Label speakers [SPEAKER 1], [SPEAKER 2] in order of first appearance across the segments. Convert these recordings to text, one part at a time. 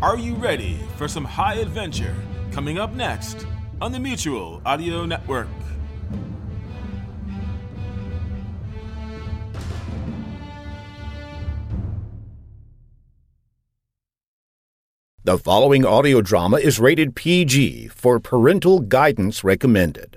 [SPEAKER 1] Are you ready for some high adventure? Coming up next on the Mutual Audio Network.
[SPEAKER 2] The following audio drama is rated PG for parental guidance recommended.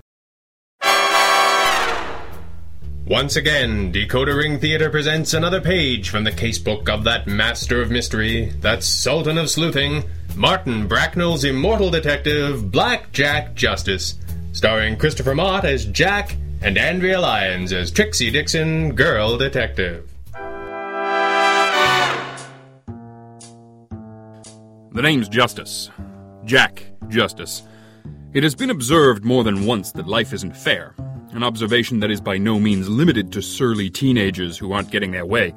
[SPEAKER 3] Once again, Decoder Ring Theater presents another page from the casebook of that master of mystery, that sultan of sleuthing, Martin Bracknell's immortal detective, Black Jack Justice, starring Christopher Mott as Jack and Andrea Lyons as Trixie Dixon, girl detective.
[SPEAKER 4] The name's Justice. Jack Justice. It has been observed more than once that life isn't fair, an observation that is by no means limited to surly teenagers who aren't getting their way.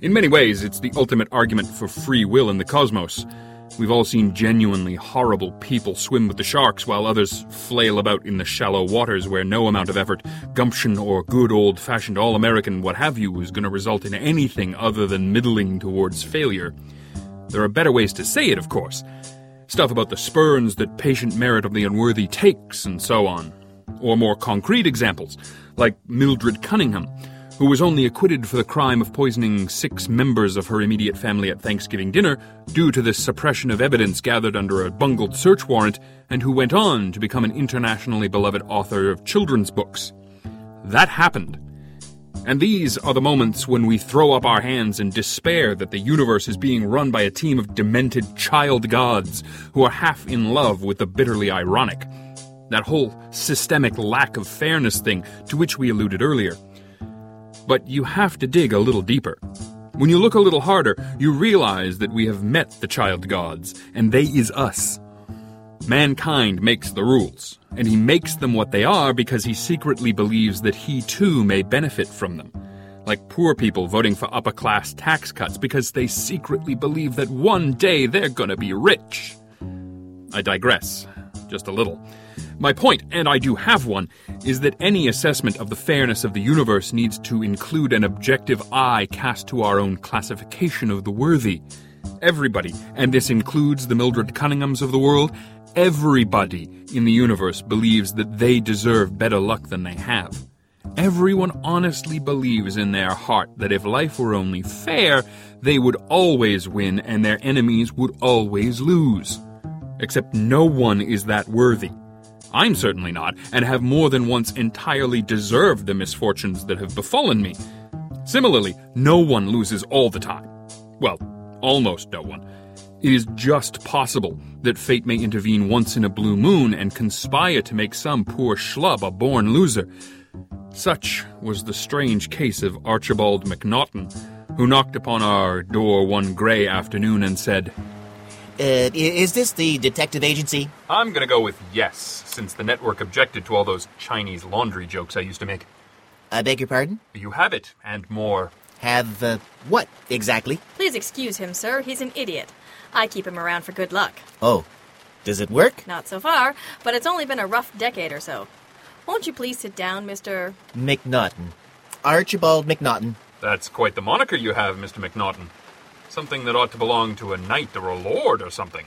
[SPEAKER 4] In many ways, it's the ultimate argument for free will in the cosmos. We've all seen genuinely horrible people swim with the sharks while others flail about in the shallow waters where no amount of effort, gumption, or good old fashioned all American what have you is going to result in anything other than middling towards failure. There are better ways to say it, of course. Stuff about the spurns that patient merit of the unworthy takes, and so on. Or more concrete examples, like Mildred Cunningham, who was only acquitted for the crime of poisoning six members of her immediate family at Thanksgiving dinner due to the suppression of evidence gathered under a bungled search warrant, and who went on to become an internationally beloved author of children's books. That happened. And these are the moments when we throw up our hands in despair that the universe is being run by a team of demented child gods who are half in love with the bitterly ironic. That whole systemic lack of fairness thing to which we alluded earlier. But you have to dig a little deeper. When you look a little harder, you realize that we have met the child gods, and they is us. Mankind makes the rules, and he makes them what they are because he secretly believes that he too may benefit from them. Like poor people voting for upper class tax cuts because they secretly believe that one day they're gonna be rich. I digress, just a little. My point, and I do have one, is that any assessment of the fairness of the universe needs to include an objective eye cast to our own classification of the worthy. Everybody, and this includes the Mildred Cunninghams of the world, everybody in the universe believes that they deserve better luck than they have. Everyone honestly believes in their heart that if life were only fair, they would always win and their enemies would always lose. Except no one is that worthy. I'm certainly not, and have more than once entirely deserved the misfortunes that have befallen me. Similarly, no one loses all the time. Well, almost no one. It is just possible that fate may intervene once in a blue moon and conspire to make some poor schlub a born loser. Such was the strange case of Archibald MacNaughton, who knocked upon our door one grey afternoon and said,
[SPEAKER 5] Uh, i- is this the detective agency?
[SPEAKER 4] I'm gonna go with yes, since the network objected to all those Chinese laundry jokes I used to make.
[SPEAKER 5] I beg your pardon?
[SPEAKER 4] You have it, and more.
[SPEAKER 5] Have, uh, what exactly?
[SPEAKER 6] Please excuse him, sir. He's an idiot. I keep him around for good luck.
[SPEAKER 5] Oh, does it work?
[SPEAKER 6] Not so far, but it's only been a rough decade or so. Won't you please sit down, Mr.
[SPEAKER 5] McNaughton. Archibald McNaughton.
[SPEAKER 4] That's quite the moniker you have, Mr. McNaughton. Something that ought to belong to a knight or a lord or something.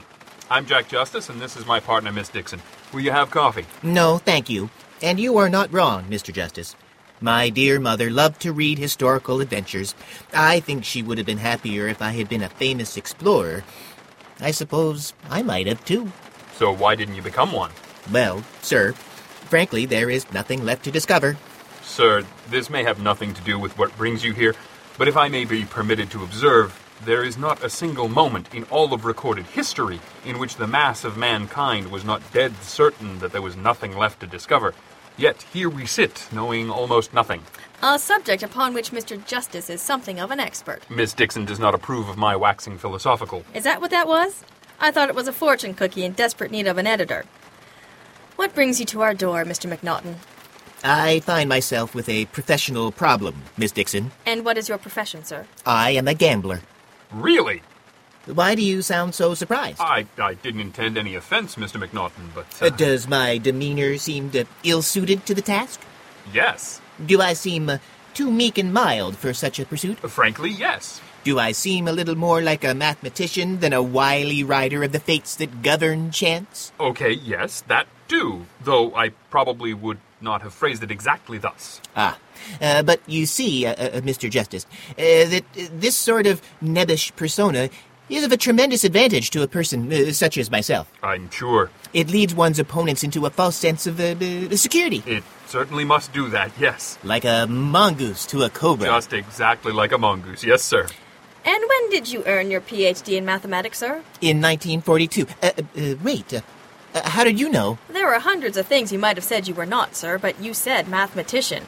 [SPEAKER 4] I'm Jack Justice, and this is my partner, Miss Dixon. Will you have coffee?
[SPEAKER 5] No, thank you. And you are not wrong, Mr. Justice. My dear mother loved to read historical adventures. I think she would have been happier if I had been a famous explorer. I suppose I might have, too.
[SPEAKER 4] So why didn't you become one?
[SPEAKER 5] Well, sir, frankly, there is nothing left to discover.
[SPEAKER 4] Sir, this may have nothing to do with what brings you here, but if I may be permitted to observe, there is not a single moment in all of recorded history in which the mass of mankind was not dead certain that there was nothing left to discover. Yet here we sit, knowing almost nothing.
[SPEAKER 6] A subject upon which Mr. Justice is something of an expert.
[SPEAKER 4] Miss Dixon does not approve of my waxing philosophical.
[SPEAKER 6] Is that what that was? I thought it was a fortune cookie in desperate need of an editor. What brings you to our door, Mr. McNaughton?
[SPEAKER 5] I find myself with a professional problem, Miss Dixon.
[SPEAKER 6] And what is your profession, sir?
[SPEAKER 5] I am a gambler.
[SPEAKER 4] Really?
[SPEAKER 5] Why do you sound so surprised?
[SPEAKER 4] I, I didn't intend any offense, Mr. McNaughton, but. uh,
[SPEAKER 5] Uh, does my demeanor seem uh, ill-suited to the task?
[SPEAKER 4] yes.
[SPEAKER 5] Do I seem uh, too meek and mild for such a pursuit?
[SPEAKER 4] Frankly, yes.
[SPEAKER 5] Do I seem a little more like a mathematician than a wily rider of the fates that govern chance?
[SPEAKER 4] Okay, yes, that do, though I probably would not have phrased it exactly thus.
[SPEAKER 5] Ah, uh, but you see, uh, uh, Mr. Justice, uh, that uh, this sort of nebbish persona is of a tremendous advantage to a person uh, such as myself.
[SPEAKER 4] I'm sure.
[SPEAKER 5] It leads one's opponents into a false sense of uh, uh, security,
[SPEAKER 4] It certainly must do that, yes.
[SPEAKER 5] like a mongoose to a cobra.
[SPEAKER 4] Just exactly like a mongoose, yes, sir.
[SPEAKER 6] And when did you earn your PhD in mathematics, sir?
[SPEAKER 5] In 1942. Uh, uh, wait, uh, uh, how did you know?
[SPEAKER 6] There were hundreds of things you might have said you were not, sir, but you said mathematician.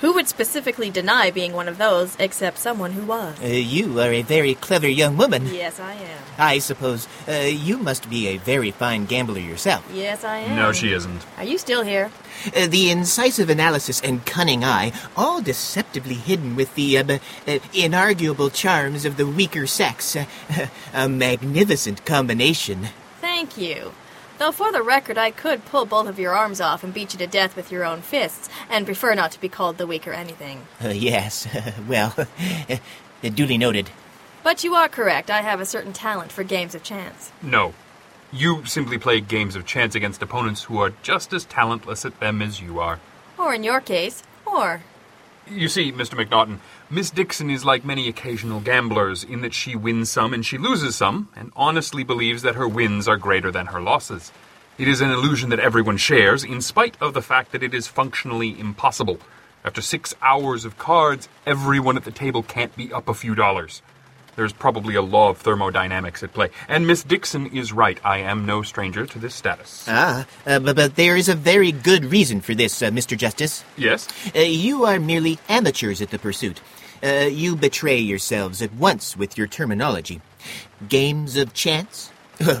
[SPEAKER 6] Who would specifically deny being one of those except someone who was?
[SPEAKER 5] Uh, you are a very clever young woman.
[SPEAKER 6] Yes, I am.
[SPEAKER 5] I suppose uh, you must be a very fine gambler yourself.
[SPEAKER 6] Yes, I am.
[SPEAKER 4] No, she isn't.
[SPEAKER 6] Are you still here?
[SPEAKER 5] Uh, the incisive analysis and cunning eye, all deceptively hidden with the uh, b- uh, inarguable charms of the weaker sex. Uh, a magnificent combination.
[SPEAKER 6] Thank you. Though for the record, I could pull both of your arms off and beat you to death with your own fists, and prefer not to be called the weak or anything.
[SPEAKER 5] Uh, yes, well, uh, duly noted.
[SPEAKER 6] But you are correct, I have a certain talent for games of chance.
[SPEAKER 4] No. You simply play games of chance against opponents who are just as talentless at them as you are.
[SPEAKER 6] Or in your case, or.
[SPEAKER 4] You see, Mr. McNaughton, Miss Dixon is like many occasional gamblers in that she wins some and she loses some, and honestly believes that her wins are greater than her losses. It is an illusion that everyone shares, in spite of the fact that it is functionally impossible. After six hours of cards, everyone at the table can't be up a few dollars. There's probably a law of thermodynamics at play, and Miss Dixon is right. I am no stranger to this status.
[SPEAKER 5] Ah, uh, but, but there is a very good reason for this, uh, Mr. Justice.
[SPEAKER 4] yes?
[SPEAKER 5] Uh, you are merely amateurs at the pursuit. Uh, you betray yourselves at once with your terminology. Games of chance?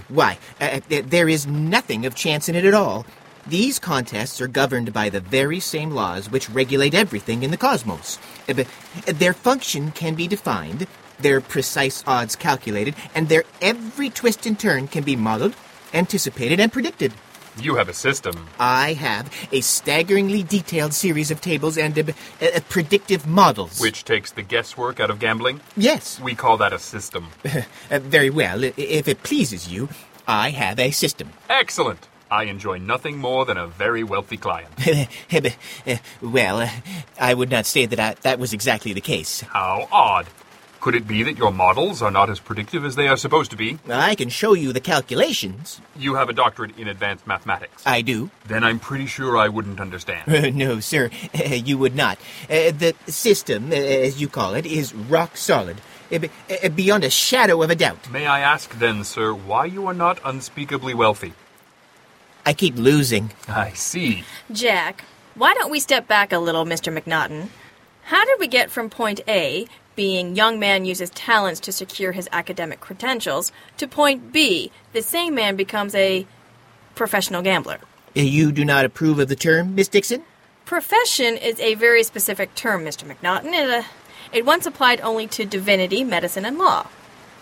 [SPEAKER 5] Why, uh, th- there is nothing of chance in it at all. These contests are governed by the very same laws which regulate everything in the cosmos. Uh, but Their function can be defined, their precise odds calculated, and their every twist and turn can be modeled, anticipated, and predicted.
[SPEAKER 4] You have a system.
[SPEAKER 5] I have a staggeringly detailed series of tables and uh, uh, predictive models.
[SPEAKER 4] Which takes the guesswork out of gambling?
[SPEAKER 5] Yes.
[SPEAKER 4] We call that a system.
[SPEAKER 5] Uh, very well. I- If it pleases you, I have a system.
[SPEAKER 4] Excellent. I enjoy nothing more than a very wealthy client.
[SPEAKER 5] Uh, well, uh, I would not say that I, that was exactly the case.
[SPEAKER 4] How odd. Could it be that your models are not as predictive as they are supposed to be?
[SPEAKER 5] I can show you the calculations.
[SPEAKER 4] You have a doctorate in advanced mathematics.
[SPEAKER 5] I do. Uh,
[SPEAKER 4] then I'm pretty sure I wouldn't understand.
[SPEAKER 5] no, sir, you would not. Uh, the system, uh, as you call it, is rock solid, uh, be- uh, beyond a shadow of a doubt.
[SPEAKER 4] May I ask then, sir, why you are not unspeakably wealthy?
[SPEAKER 5] I keep losing.
[SPEAKER 4] I see.
[SPEAKER 6] Jack, why don't we step back a little, Mr. McNaughton? How did we get from point A, being young man uses talents to secure his academic credentials, to point B, the same man becomes a professional gambler?
[SPEAKER 5] Uh, You do not approve of the term, Miss Dixon?
[SPEAKER 6] Profession is a very specific term, Mr. McNaughton. It, uh, it once applied only to divinity, medicine, and law.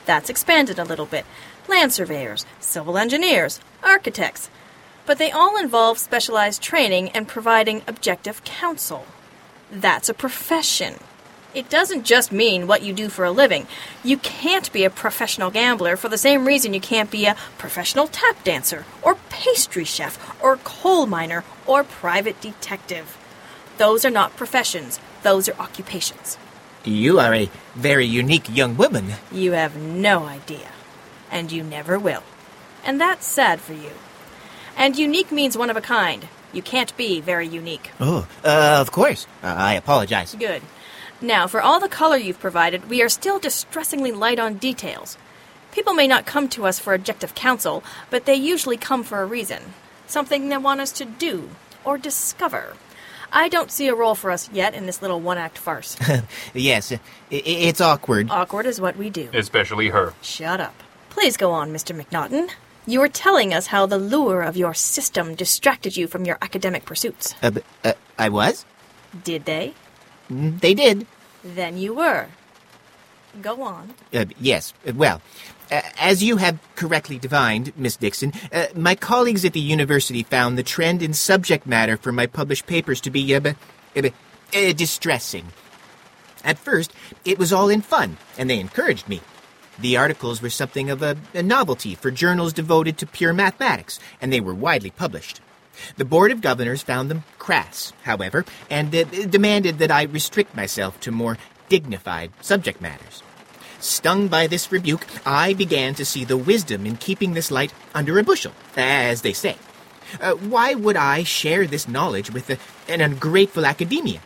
[SPEAKER 6] That's expanded a little bit. Land surveyors, civil engineers, architects. But they all involve specialized training and providing objective counsel. That's a profession. It doesn't just mean what you do for a living. You can't be a professional gambler for the same reason you can't be a professional tap dancer, or pastry chef, or coal miner, or private detective. Those are not professions, those are occupations.
[SPEAKER 5] You are a very unique young woman.
[SPEAKER 6] You have no idea. And you never will. And that's sad for you. And unique means one of a kind. You can't be very unique.
[SPEAKER 5] Oh, uh, of course. Uh, I apologize.
[SPEAKER 6] Good. Now, for all the color you've provided, we are still distressingly light on details. People may not come to us for objective counsel, but they usually come for a reason something they want us to do or discover. I don't see a role for us yet in this little one act farce.
[SPEAKER 5] Yes, uh, i- i- it's awkward.
[SPEAKER 6] Awkward is what we do.
[SPEAKER 4] Especially her.
[SPEAKER 6] Shut up. Please go on, Mr. McNaughton. You were telling us how the lure of your system distracted you from your academic pursuits.
[SPEAKER 5] Uh, b- uh, I was?
[SPEAKER 6] Did they?
[SPEAKER 5] They did.
[SPEAKER 6] Then you were. Go on.
[SPEAKER 5] Uh, yes, uh, well, uh, as you have correctly divined, Miss Dixon, uh, my colleagues at the university found the trend in subject matter for my published papers to be uh, b- uh, b- uh, distressing. At first, it was all in fun, and they encouraged me. The articles were something of a, a novelty for journals devoted to pure mathematics, and they were widely published. The Board of Governors found them crass, however, and uh, demanded that I restrict myself to more dignified subject matters. Stung by this rebuke, I began to see the wisdom in keeping this light under a bushel, as they say. Uh, why would I share this knowledge with a, an ungrateful academia?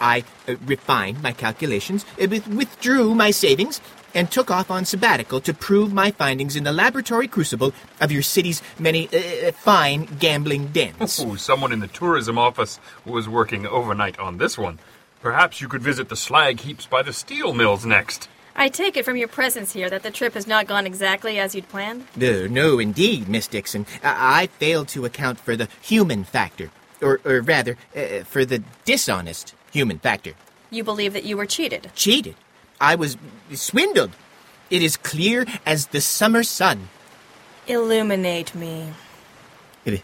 [SPEAKER 5] I uh, refined my calculations, uh, with- withdrew my savings, and took off on sabbatical to prove my findings in the laboratory crucible of your city's many uh, uh, fine gambling dens.
[SPEAKER 4] Ooh, someone in the tourism office was working overnight on this one. Perhaps you could visit the slag heaps by the steel mills next.
[SPEAKER 6] I take it from your presence here that the trip has not gone exactly as you'd planned.
[SPEAKER 5] No, no, indeed, Miss Dixon. I, I failed to account for the human factor, or, or rather, uh, for the dishonest human factor.
[SPEAKER 6] You believe that you were cheated.
[SPEAKER 5] Cheated. I was swindled. It is clear as the summer sun.
[SPEAKER 6] Illuminate me.
[SPEAKER 5] I,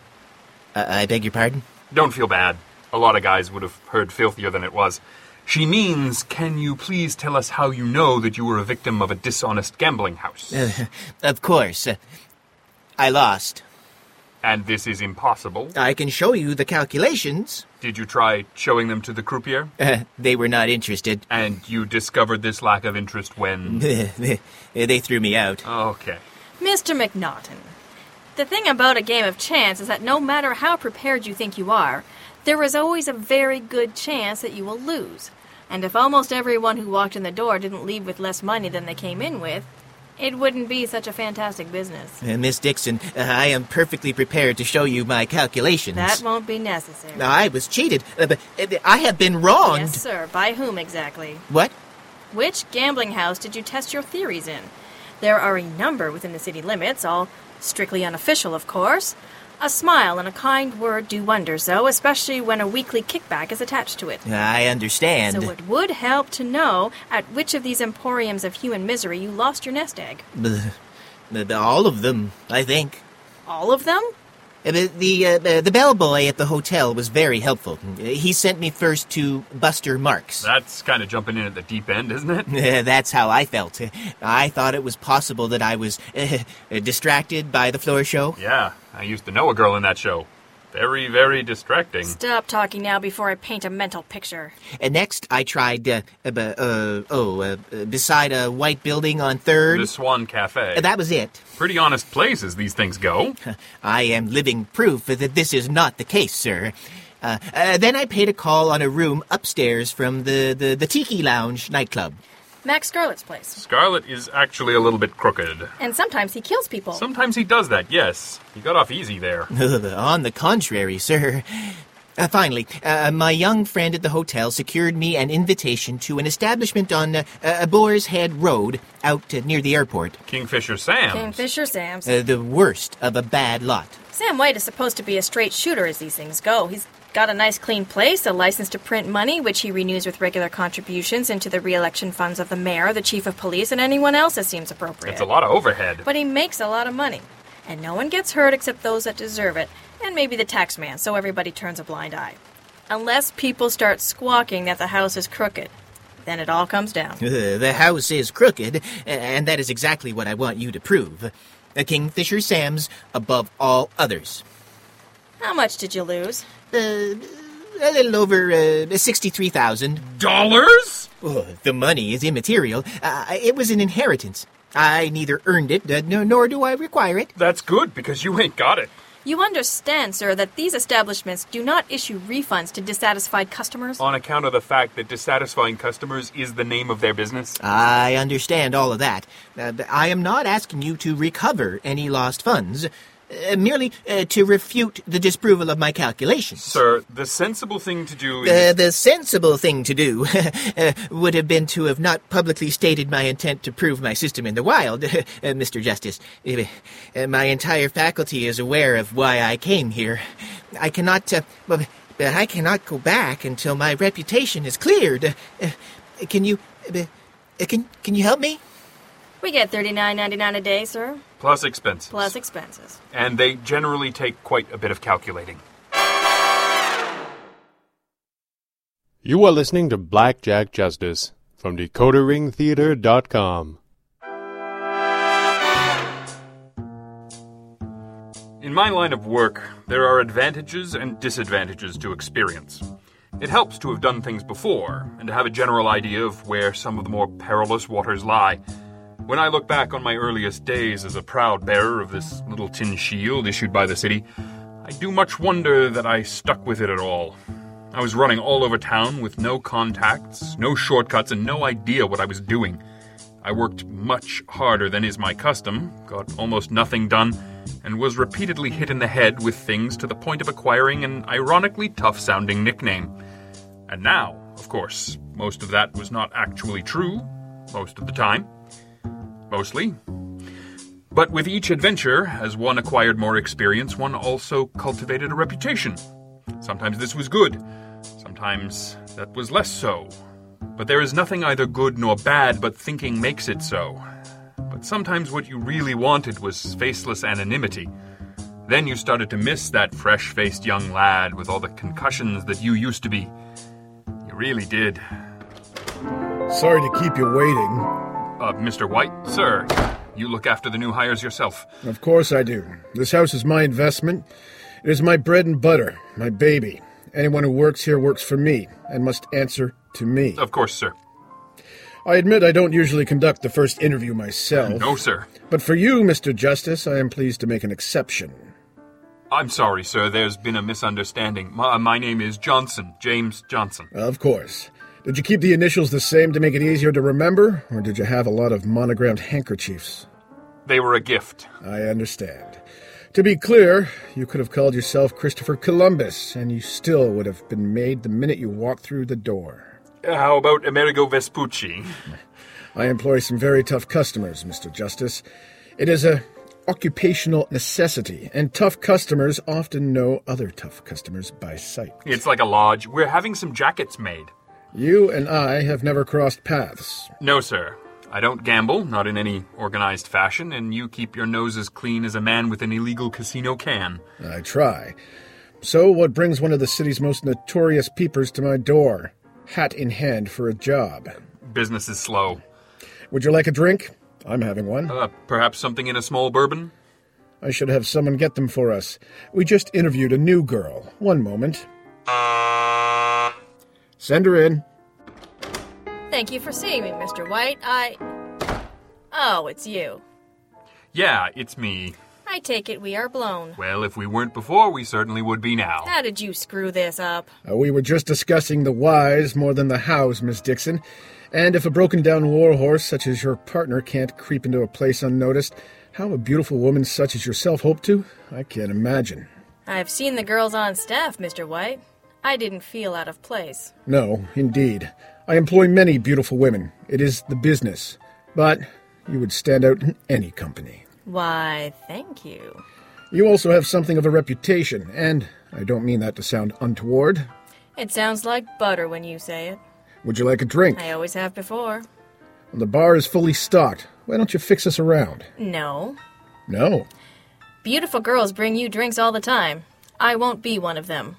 [SPEAKER 5] Uh, I beg your pardon?
[SPEAKER 4] Don't feel bad. A lot of guys would have heard filthier than it was. She means, can you please tell us how you know that you were a victim of a dishonest gambling house?
[SPEAKER 5] Of course. Uh, I lost.
[SPEAKER 4] and this is impossible.
[SPEAKER 5] I can show you the calculations.
[SPEAKER 4] Did you try showing them to the croupier?
[SPEAKER 5] Uh, they were not interested.
[SPEAKER 4] And you discovered this lack of interest when.
[SPEAKER 5] Eh. they threw me out.
[SPEAKER 4] Okay.
[SPEAKER 6] Mr. McNaughton, the thing about a game of chance is that no matter how prepared you think you are, there is always a very good chance that you will lose. And if almost everyone who walked in the door didn't leave with less money than they came in with, it wouldn't be such a fantastic business.
[SPEAKER 5] Uh, Miss Dixon, uh, I am perfectly prepared to show you my calculations.
[SPEAKER 6] That won't be necessary.
[SPEAKER 5] I was cheated. Uh, but, uh, I have been wronged.
[SPEAKER 6] Yes, sir. By whom exactly?
[SPEAKER 5] What?
[SPEAKER 6] Which gambling house did you test your theories in? There are a number within the city limits, all strictly unofficial, of course. A smile and a kind word do wonders, though, especially when a weekly kickback is attached to it.
[SPEAKER 5] I understand.
[SPEAKER 6] So it would help to know at which of these emporiums of human misery you lost your nest egg.
[SPEAKER 5] Bleh. Uh, but all of them, I think.
[SPEAKER 6] All of them?
[SPEAKER 5] Uh, but The uh, uh, the bellboy at the hotel was very helpful. Uh, He sent me first to Buster Marks.
[SPEAKER 4] That's kind of jumping in at the deep end, isn't it?
[SPEAKER 5] Uh, That's how I felt. Uh, I thought it was possible that I was uh, uh, distracted by the floor show.
[SPEAKER 4] Yeah, I used to know a girl in that show. Very, very distracting.
[SPEAKER 6] Stop talking now before I paint a mental picture.
[SPEAKER 5] And next, I tried. Uh, uh, b- uh, oh, uh, uh, beside a white building on Third.
[SPEAKER 4] The Swan Cafe.
[SPEAKER 5] Uh, That was it.
[SPEAKER 4] Pretty honest place as these things go.
[SPEAKER 5] I am living proof that this is not the case, sir. Uh, uh, then I paid a call on a room upstairs from the, the, the Tiki Lounge nightclub.
[SPEAKER 6] Max Scarlet's place.
[SPEAKER 4] Scarlet is actually a little bit crooked.
[SPEAKER 6] And sometimes he kills people.
[SPEAKER 4] Sometimes he does that, yes. He got off easy there.
[SPEAKER 5] on the contrary, sir. Uh, finally, uh, my young friend at the hotel secured me an invitation to an establishment on uh, uh, Boar's Head Road out uh, near the airport.
[SPEAKER 4] Kingfisher Sam.
[SPEAKER 6] Kingfisher Sam's.
[SPEAKER 5] Uh, the worst of a bad lot.
[SPEAKER 6] Sam White is supposed to be a straight shooter as these things go. He's got a nice clean place, a license to print money, which he renews with regular contributions into the re-election funds of the mayor, the chief of police, and anyone else that seems appropriate.
[SPEAKER 4] It's a lot of overhead.
[SPEAKER 6] But he makes a lot of money. And no one gets hurt except those that deserve it, and maybe the tax man, so everybody turns a blind eye. Unless people start squawking that the house is crooked. Then it all comes down.
[SPEAKER 5] Uh, the house is crooked, a- and that is exactly what I want you to prove. Uh, Kingfisher Sam's above all others.
[SPEAKER 6] How much did you lose?
[SPEAKER 5] Uh, a little over uh, 63,000.
[SPEAKER 4] Dollars?
[SPEAKER 5] Oh, the money is immaterial. Uh, it was an inheritance. I neither earned it, uh, no, nor do I require it.
[SPEAKER 4] That's good because you ain't got it.
[SPEAKER 6] You understand, sir, that these establishments do not issue refunds to dissatisfied customers?
[SPEAKER 4] On account of the fact that dissatisfying customers is the name of their business.
[SPEAKER 5] I understand all of that. Uh, but I am not asking you to recover any lost funds, uh, merely uh, to refute the disapproval of my calculations.
[SPEAKER 4] Sir, the sensible thing to do is.
[SPEAKER 5] Uh, the sensible thing to do uh, would have been to have not publicly stated my intent to prove my system in the wild, uh, Mr. Justice. Uh, uh, my entire faculty is aware of why I came here. I cannot, uh, well, uh, I cannot go back until my reputation is cleared. Uh, uh, can you, uh, uh, can can you help me?
[SPEAKER 6] We get thirty-nine ninety-nine a day, sir,
[SPEAKER 4] plus expenses.
[SPEAKER 6] plus expenses.
[SPEAKER 4] and they generally take quite a bit of calculating.
[SPEAKER 7] You are listening to Blackjack Justice from DecoderRingTheater.com.
[SPEAKER 4] In my line of work, there are advantages and disadvantages to experience. It helps to have done things before and to have a general idea of where some of the more perilous waters lie. When I look back on my earliest days as a proud bearer of this little tin shield issued by the city, I do much wonder that I stuck with it at all. I was running all over town with no contacts, no shortcuts, and no idea what I was doing. I worked much harder than is my custom, got almost nothing done, and was repeatedly hit in the head with things to the point of acquiring an ironically tough sounding nickname. And now, of course, most of that was not actually true, most of the time. Mostly. But with each adventure, as one acquired more experience, one also cultivated a reputation. Sometimes this was good, sometimes that was less so. But there is nothing either good nor bad, but thinking makes it so. But sometimes what you really wanted was faceless anonymity. Then you started to miss that fresh faced young lad with all the concussions that you used to be. You really did.
[SPEAKER 8] Sorry to keep you waiting.
[SPEAKER 4] Uh, Mr. White, sir, you look after the new hires yourself.
[SPEAKER 8] Of course I do. This house is my investment. It is my bread and butter, my baby. Anyone who works here works for me and must answer to me.
[SPEAKER 4] Of course, sir.
[SPEAKER 8] I admit I don't usually conduct the first interview myself.
[SPEAKER 4] No, sir.
[SPEAKER 8] But for you, Mr. Justice, I am pleased to make an exception.
[SPEAKER 4] I'm sorry, sir. There's been a misunderstanding. My, uh, my name is Johnson, James Johnson.
[SPEAKER 8] Of course. Did you keep the initials the same to make it easier to remember, or did you have a lot of monogrammed handkerchiefs?
[SPEAKER 4] They were a gift.
[SPEAKER 8] I understand. To be clear, you could have called yourself Christopher Columbus, and you still would have been made the minute you walked through the door.
[SPEAKER 4] How about Amerigo Vespucci?
[SPEAKER 8] I employ some very tough customers, Mr. Justice. It is a occupational necessity, and tough customers often know other tough customers by sight.
[SPEAKER 4] It's like a lodge. We're having some jackets made.
[SPEAKER 8] You and I have never crossed paths.
[SPEAKER 4] No, sir. I don't gamble, not in any organized fashion, and you keep your nose as clean as a man with an illegal casino can.
[SPEAKER 8] I try. So, what brings one of the city's most notorious peepers to my door, hat in hand for a job?
[SPEAKER 4] Business is slow.
[SPEAKER 8] Would you like a drink? I'm having one.
[SPEAKER 4] Uh, perhaps something in a small bourbon?
[SPEAKER 8] I should have someone get them for us. We just interviewed a new girl. One moment. Send her in.
[SPEAKER 6] Thank you for seeing me, Mr. White. I. Oh, it's you.
[SPEAKER 4] Yeah, it's me.
[SPEAKER 6] I take it we are blown.
[SPEAKER 4] Well, if we weren't before, we certainly would be now.
[SPEAKER 6] How did you screw this up?
[SPEAKER 8] Uh, we were just discussing the whys more than the hows, Miss Dixon. And if a broken down warhorse such as your partner can't creep into a place unnoticed, how a beautiful woman such as yourself hope to? I can't imagine.
[SPEAKER 6] I've seen the girls on staff, Mr. White. I didn't feel out of place.
[SPEAKER 8] No, indeed. I employ many beautiful women. It is the business. But you would stand out in any company.
[SPEAKER 6] Why, thank you.
[SPEAKER 8] You also have something of a reputation, and I don't mean that to sound untoward.
[SPEAKER 6] It sounds like butter when you say it.
[SPEAKER 8] Would you like a drink?
[SPEAKER 6] I always have before.
[SPEAKER 8] The bar is fully stocked. Why don't you fix us around?
[SPEAKER 6] No.
[SPEAKER 8] No.
[SPEAKER 6] Beautiful girls bring you drinks all the time. I won't be one of them.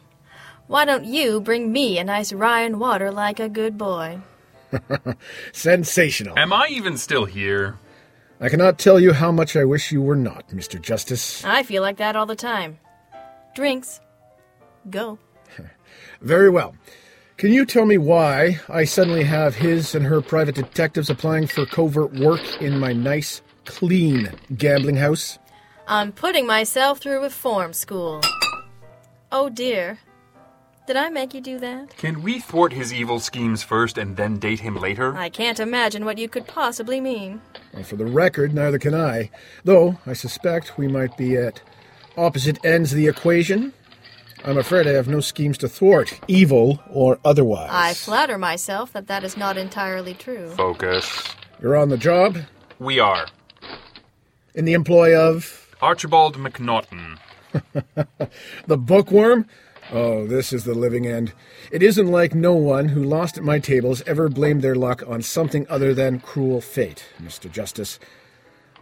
[SPEAKER 6] Why don't you bring me a nice rye and water like a good boy?
[SPEAKER 8] Sensational.
[SPEAKER 4] Am I even still here?
[SPEAKER 8] I cannot tell you how much I wish you were not, Mr. Justice.
[SPEAKER 6] I feel like that all the time. Drinks. Go.
[SPEAKER 8] Very well. Can you tell me why I suddenly have his and her private detectives applying for covert work in my nice, clean gambling house?
[SPEAKER 6] I'm putting myself through reform school. Oh dear. Did I make you do that?
[SPEAKER 4] Can we thwart his evil schemes first and then date him later?
[SPEAKER 6] I can't imagine what you could possibly mean.
[SPEAKER 8] Well, for the record, neither can I, though I suspect we might be at opposite ends of the equation. I'm afraid I have no schemes to thwart, evil or otherwise.
[SPEAKER 6] I flatter myself that that is not entirely true.
[SPEAKER 4] Focus.
[SPEAKER 8] You're on the job,
[SPEAKER 4] We are.
[SPEAKER 8] in the employ of
[SPEAKER 4] Archibald McNaughton.
[SPEAKER 8] the bookworm? Oh, this is the living end. It isn't like no one who lost at my tables ever blamed their luck on something other than cruel fate, Mr. Justice.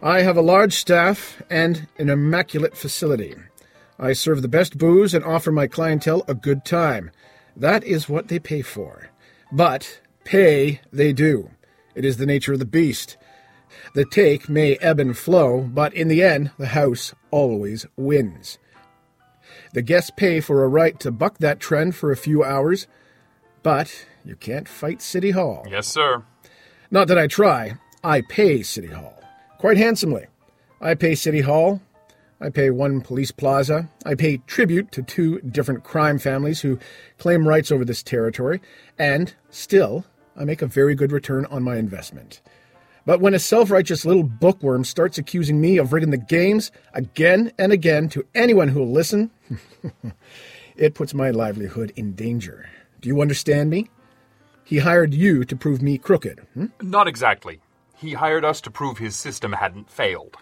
[SPEAKER 8] I have a large staff and an immaculate facility. I serve the best booze and offer my clientele a good time. That is what they pay for. But pay they do. It is the nature of the beast. The take may ebb and flow, but in the end, the house always wins. The guests pay for a right to buck that trend for a few hours, but you can't fight City Hall.
[SPEAKER 4] Yes, sir.
[SPEAKER 8] Not that I try. I pay City Hall. Quite handsomely. I pay City Hall. I pay one police plaza. I pay tribute to two different crime families who claim rights over this territory. And still, I make a very good return on my investment. But when a self righteous little bookworm starts accusing me of rigging the games again and again to anyone who'll listen, it puts my livelihood in danger. Do you understand me? He hired you to prove me crooked. hmm?
[SPEAKER 4] Not exactly. He hired us to prove his system hadn't failed.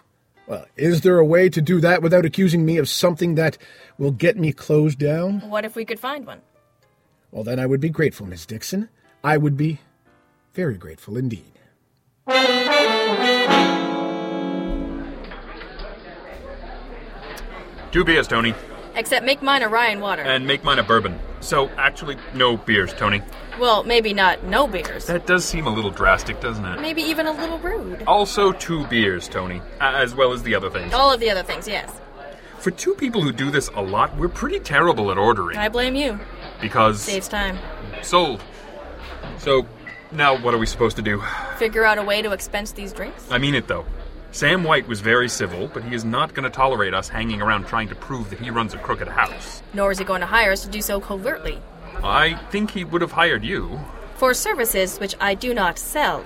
[SPEAKER 8] Well, is there a way to do that without accusing me of something that will get me closed down?
[SPEAKER 6] What if we could find one?
[SPEAKER 8] Well, then I would be grateful, Miss Dixon. I would be very grateful indeed.
[SPEAKER 4] Two beers, Tony.
[SPEAKER 6] Except make mine a Ryan water.
[SPEAKER 4] And make mine a bourbon. So, actually, no beers, Tony.
[SPEAKER 6] well, maybe not no beers.
[SPEAKER 4] That does seem a little drastic, doesn't it?
[SPEAKER 6] Maybe even a little rude.
[SPEAKER 4] Also, two beers, Tony, a- as well as the other things.
[SPEAKER 6] All of the other things, yes.
[SPEAKER 4] For two people who do this a lot, we're pretty terrible at ordering.
[SPEAKER 6] I blame you.
[SPEAKER 4] Because.
[SPEAKER 6] Saves time.
[SPEAKER 4] Sold. So, now what are we supposed to do?
[SPEAKER 6] Figure out a way to expense these drinks?
[SPEAKER 4] I mean it, though. Sam White was very civil, but he is not going to tolerate us hanging around trying to prove that he runs a crooked house.
[SPEAKER 6] Nor is he going to hire us to do so covertly.
[SPEAKER 4] I think he would have hired you.
[SPEAKER 6] For services which I do not sell,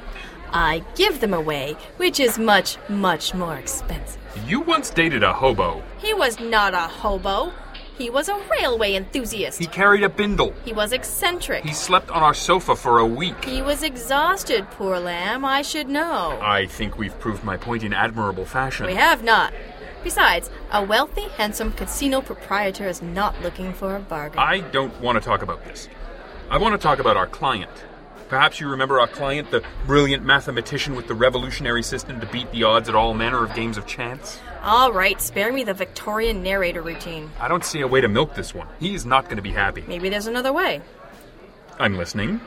[SPEAKER 6] I give them away, which is much, much more expensive.
[SPEAKER 4] You once dated a hobo.
[SPEAKER 6] He was not a hobo. He was a railway enthusiast.
[SPEAKER 4] He
[SPEAKER 6] He,
[SPEAKER 4] carried a bindle.
[SPEAKER 6] was eccentric.
[SPEAKER 4] He slept on our sofa for a week.
[SPEAKER 6] He was exhausted, poor lamb. I should know.
[SPEAKER 4] I think we've proved my point in admirable fashion.
[SPEAKER 6] we have not. Besides, a wealthy, handsome casino proprietor is not looking for a bargain.
[SPEAKER 4] I don't want to talk about this. I want to talk about our client. Perhaps you remember our client, the brilliant mathematician with the revolutionary system to beat the odds at all manner of games of chance?
[SPEAKER 6] All right, spare me the Victorian narrator routine.
[SPEAKER 4] I don't see a way to milk this one. He is not going to be happy.
[SPEAKER 6] Maybe there's another way.
[SPEAKER 4] I'm listening.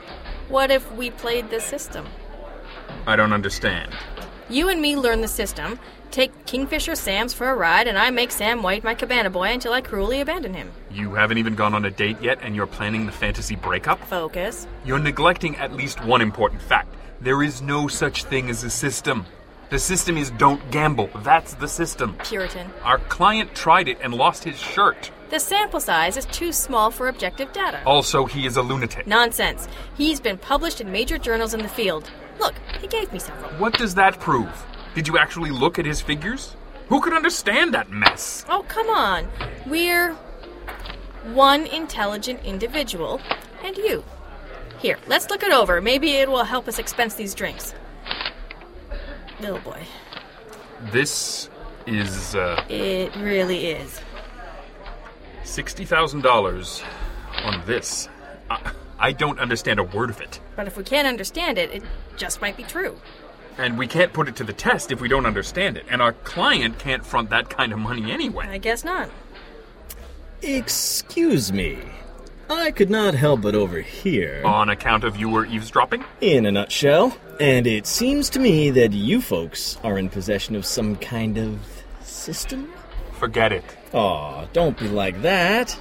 [SPEAKER 6] What if we played the system?
[SPEAKER 4] I don't understand.
[SPEAKER 6] You and me learn the system, take Kingfisher Sam's for a ride, and I make Sam White my cabana boy until I cruelly abandon him.
[SPEAKER 4] You haven't even gone on a date yet, and you're planning the fantasy breakup?
[SPEAKER 6] Focus.
[SPEAKER 4] You're neglecting at least one important fact. There is no such thing as a system. The system is don't gamble. That's the system.
[SPEAKER 6] Puritan.
[SPEAKER 4] Our client tried it and lost his shirt.
[SPEAKER 6] The sample size is too small for objective data.
[SPEAKER 4] Also, he is a lunatic.
[SPEAKER 6] Nonsense. He's been published in major journals in the field. Look, he gave me several.
[SPEAKER 4] What does that prove? Did you actually look at his figures? Who could understand that mess?
[SPEAKER 6] Oh, come on. We're one intelligent individual, and you. Here, let's look it over. Maybe it will help us expense these drinks. Oh boy,
[SPEAKER 4] This is uh,
[SPEAKER 6] it really is.
[SPEAKER 4] $60,000 on this. I, I don't understand a word of it.
[SPEAKER 6] But if we can't understand it, it just might be true.
[SPEAKER 4] And we can't put it to the test if we don't understand it. And our client can't front that kind of money anyway.
[SPEAKER 6] I guess not.
[SPEAKER 9] Excuse me. I could not help but overhear.
[SPEAKER 4] On account of you were eavesdropping?
[SPEAKER 9] In a nutshell. And it seems to me that you folks are in possession of some kind of system?
[SPEAKER 4] Forget it.
[SPEAKER 9] Aw, don't be like that.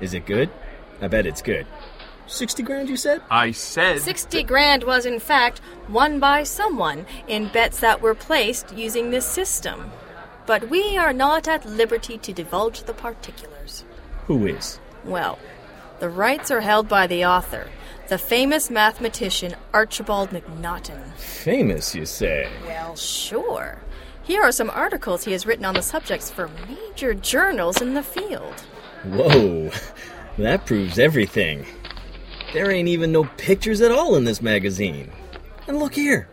[SPEAKER 9] Is it good? I bet it's good. 60 grand, you said?
[SPEAKER 4] I said.
[SPEAKER 6] 60 grand was, in fact, won by someone in bets that were placed using this system. But we are not at liberty to divulge the particulars.
[SPEAKER 9] Who is?
[SPEAKER 6] Well, the rights are held by the author, the famous mathematician Archibald MacNaughton.
[SPEAKER 9] Famous, you say?
[SPEAKER 6] Well, sure. Here are some articles he has written on the subjects for major journals in the field.
[SPEAKER 9] Whoa, that proves everything. There ain't even no pictures at all in this magazine. And look here.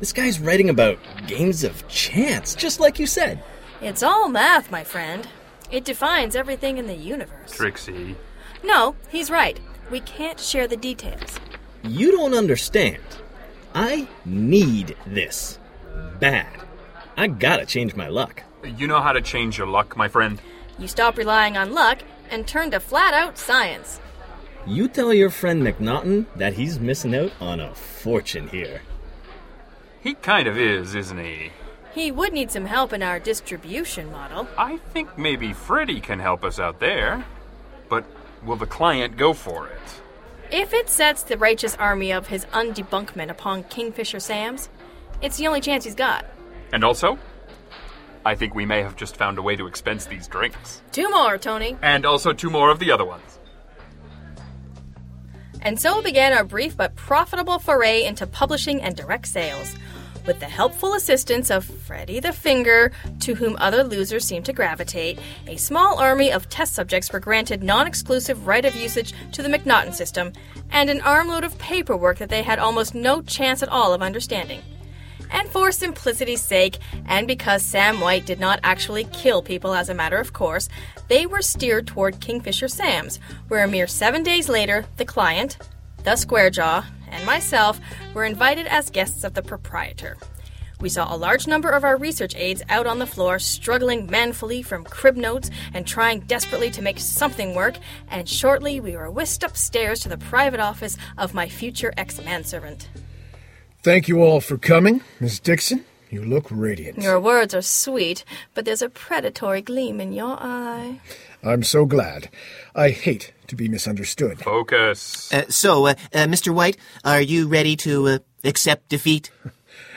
[SPEAKER 9] This guy's writing about games of chance, just like you said.
[SPEAKER 6] It's all math, my friend. It defines everything in the universe.
[SPEAKER 4] Trixie.
[SPEAKER 6] No, he's right. We can't share the details.
[SPEAKER 9] You don't understand. I need this. Bad. I gotta change my luck.
[SPEAKER 4] You know how to change your luck, my friend.
[SPEAKER 6] You stop relying on luck and turn to flat out science.
[SPEAKER 9] You tell your friend McNaughton that he's missing out on a fortune here.
[SPEAKER 4] He kind of is, isn't he?
[SPEAKER 6] He would need some help in our distribution model.
[SPEAKER 4] I think maybe Freddy can help us out there. But will the client go for it?
[SPEAKER 6] If it sets the righteous army of his undebunkment upon Kingfisher Sam's, it's the only chance he's got.
[SPEAKER 4] And also, I think we may have just found a way to expense these drinks.
[SPEAKER 6] Two more, Tony.
[SPEAKER 4] And also two more of the other ones.
[SPEAKER 6] And so began our brief but profitable foray into publishing and direct sales, with the helpful assistance of Freddy the Finger, to whom other losers seemed to gravitate. A small army of test subjects were granted non-exclusive right of usage to the McNaughton system, and an armload of paperwork that they had almost no chance at all of understanding. And for simplicity's sake, and because Sam White did not actually kill people as a matter of course, they were steered toward Kingfisher Sam's, where a mere seven days later, the client, the Squarejaw, and myself were invited as guests of the proprietor. We saw a large number of our research aides out on the floor, struggling manfully from crib notes and trying desperately to make something work, and shortly we were whisked upstairs to the private office of my future ex manservant.
[SPEAKER 8] Thank you all for coming. Miss Dixon, you look radiant.
[SPEAKER 6] Your words are sweet, but there's a predatory gleam in your eye.
[SPEAKER 8] I'm so glad. I hate to be misunderstood.
[SPEAKER 4] Focus.
[SPEAKER 5] Uh, so, uh, uh, Mr. White, are you ready to uh, accept defeat?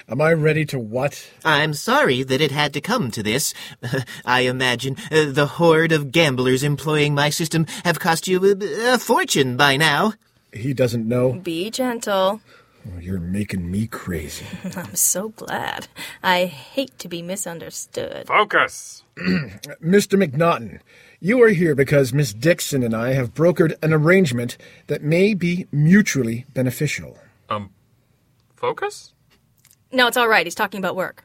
[SPEAKER 8] Am I ready to what?
[SPEAKER 5] I'm sorry that it had to come to this. I imagine uh, the horde of gamblers employing my system have cost you uh, a, a fortune by now.
[SPEAKER 8] He doesn't know.
[SPEAKER 6] Be gentle.
[SPEAKER 8] Oh, You're making me crazy.
[SPEAKER 6] I'm so glad. I hate to be misunderstood.
[SPEAKER 4] Focus.
[SPEAKER 8] Mr. McNaughton, you are here because Miss Dixon and I have brokered an arrangement that may be mutually beneficial.
[SPEAKER 4] Um, focus?
[SPEAKER 6] No, it's all right. He's talking about work.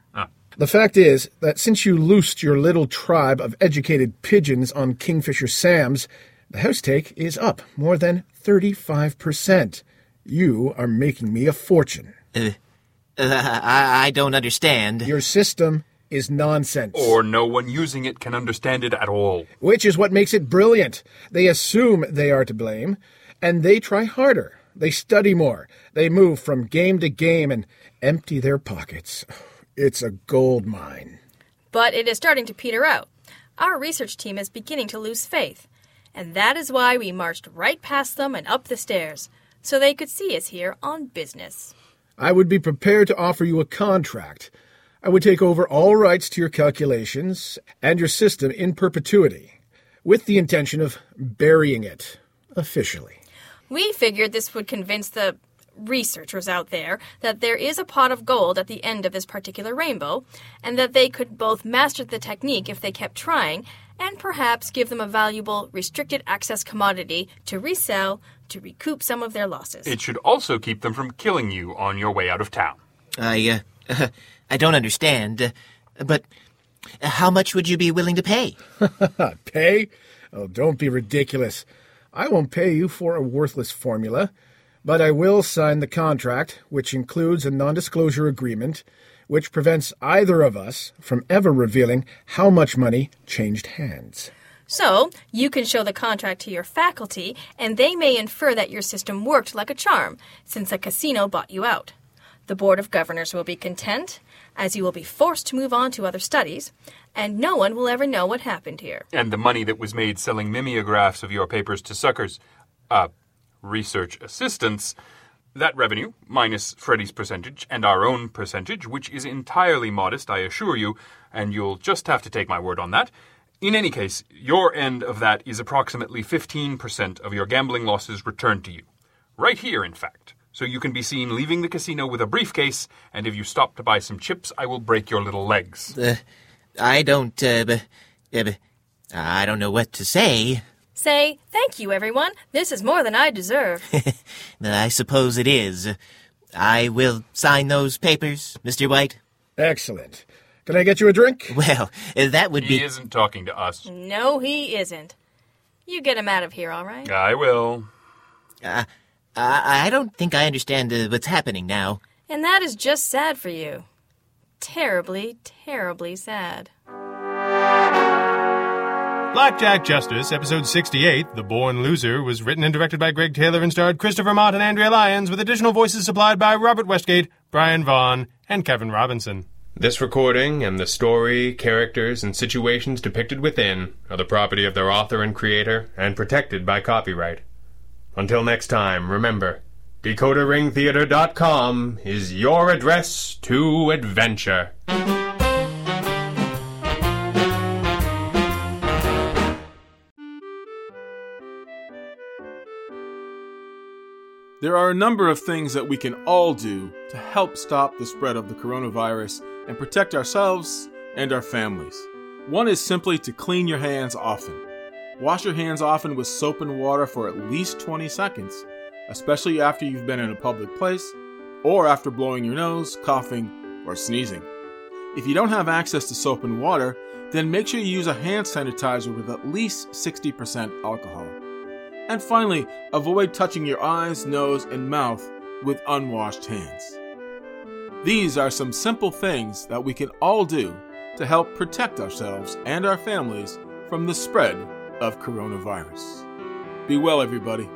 [SPEAKER 8] The fact is that since you loosed your little tribe of educated pigeons on Kingfisher Sam's, the house take is up more than 35%. You are making me a fortune.
[SPEAKER 5] Uh, I, I don't understand.
[SPEAKER 8] Your system is nonsense.
[SPEAKER 4] Or no one using it can understand it at all.
[SPEAKER 8] which is what makes it brilliant. They assume they are to blame, and they try harder. They study more. They move from game to game and empty their pockets. It's a gold mine.
[SPEAKER 6] But it is starting to peter out. Our research team is beginning to lose faith. And that is why we marched right past them and up the stairs, so they could see us here on business.
[SPEAKER 8] I would be prepared to offer you a contract. I would take over all rights to your calculations and your system in perpetuity, with the intention of burying it officially.
[SPEAKER 6] We figured this would convince the researchers out there that there is a pot of gold at the end of this particular rainbow, and that they could both master the technique if they kept trying, and perhaps give them a valuable restricted access commodity to resell to recoup some of their losses.
[SPEAKER 4] It should also keep them from killing you on your way out of town.
[SPEAKER 5] I, uh, I don't understand. Uh, but how much would you be willing to pay?
[SPEAKER 8] Pay? Oh, don't be ridiculous. I won't pay you for a worthless formula, but I will sign the contract, which includes a non disclosure agreement, which prevents either of us from ever revealing how much money changed hands.
[SPEAKER 6] So, you can show the contract to your faculty, and they may infer that your system worked like a charm, since a casino bought you out. The Board of Governors will be content, as you will be forced to move on to other studies, and no one will ever know what happened here.
[SPEAKER 4] And the money that was made selling mimeographs of your papers to suckers, uh, research assistants, that revenue, minus Freddy's percentage and our own percentage, which is entirely modest, I assure you, and you'll just have to take my word on that. In any case, your end of that is approximately 15% of your gambling losses returned to you. Right here, in fact. So you can be seen leaving the casino with a briefcase, and if you stop to buy some chips, I will break your little legs.
[SPEAKER 5] I don't. Uh, b- uh, b- I don't know what to say.
[SPEAKER 6] Say, thank you, everyone. This is more than I deserve.
[SPEAKER 5] I suppose it is. I will sign those papers, Mr. White.
[SPEAKER 8] Excellent. Can I get you a drink?
[SPEAKER 5] Well, uh, that would
[SPEAKER 4] He
[SPEAKER 5] be.
[SPEAKER 4] isn't talking to us.
[SPEAKER 6] no, he isn't. You get him out of here, all right?
[SPEAKER 4] I will.
[SPEAKER 5] I, I don't think I understand uh, what's happening now.
[SPEAKER 6] And that is just sad for you. Terribly, terribly sad.
[SPEAKER 3] Blackjack Justice, episode 68, The Born Loser, was written and directed by Greg Taylor and starred Christopher Mott and Andrea Lyons, with additional voices supplied by Robert Westgate, Brian Vaughn, and Kevin Robinson. This recording and the story, characters, and situations depicted within are the property of their author and creator and protected by copyright. Until next time, remember, decoderringtheater.com is your address to adventure.
[SPEAKER 1] There are a number of things that we can all do to help stop the spread of the coronavirus and protect ourselves and our families. One is simply to clean your hands often. Wash your hands often with soap and water for at least 20 seconds, especially after you've been in a public place or after blowing your nose, coughing, or sneezing. If you don't have access to soap and water, then make sure you use a hand sanitizer with at least 60% alcohol. And finally, avoid touching your eyes, nose, and mouth with unwashed hands. These are some simple things that we can all do to help protect ourselves and our families from the spread of coronavirus. Be well, everybody.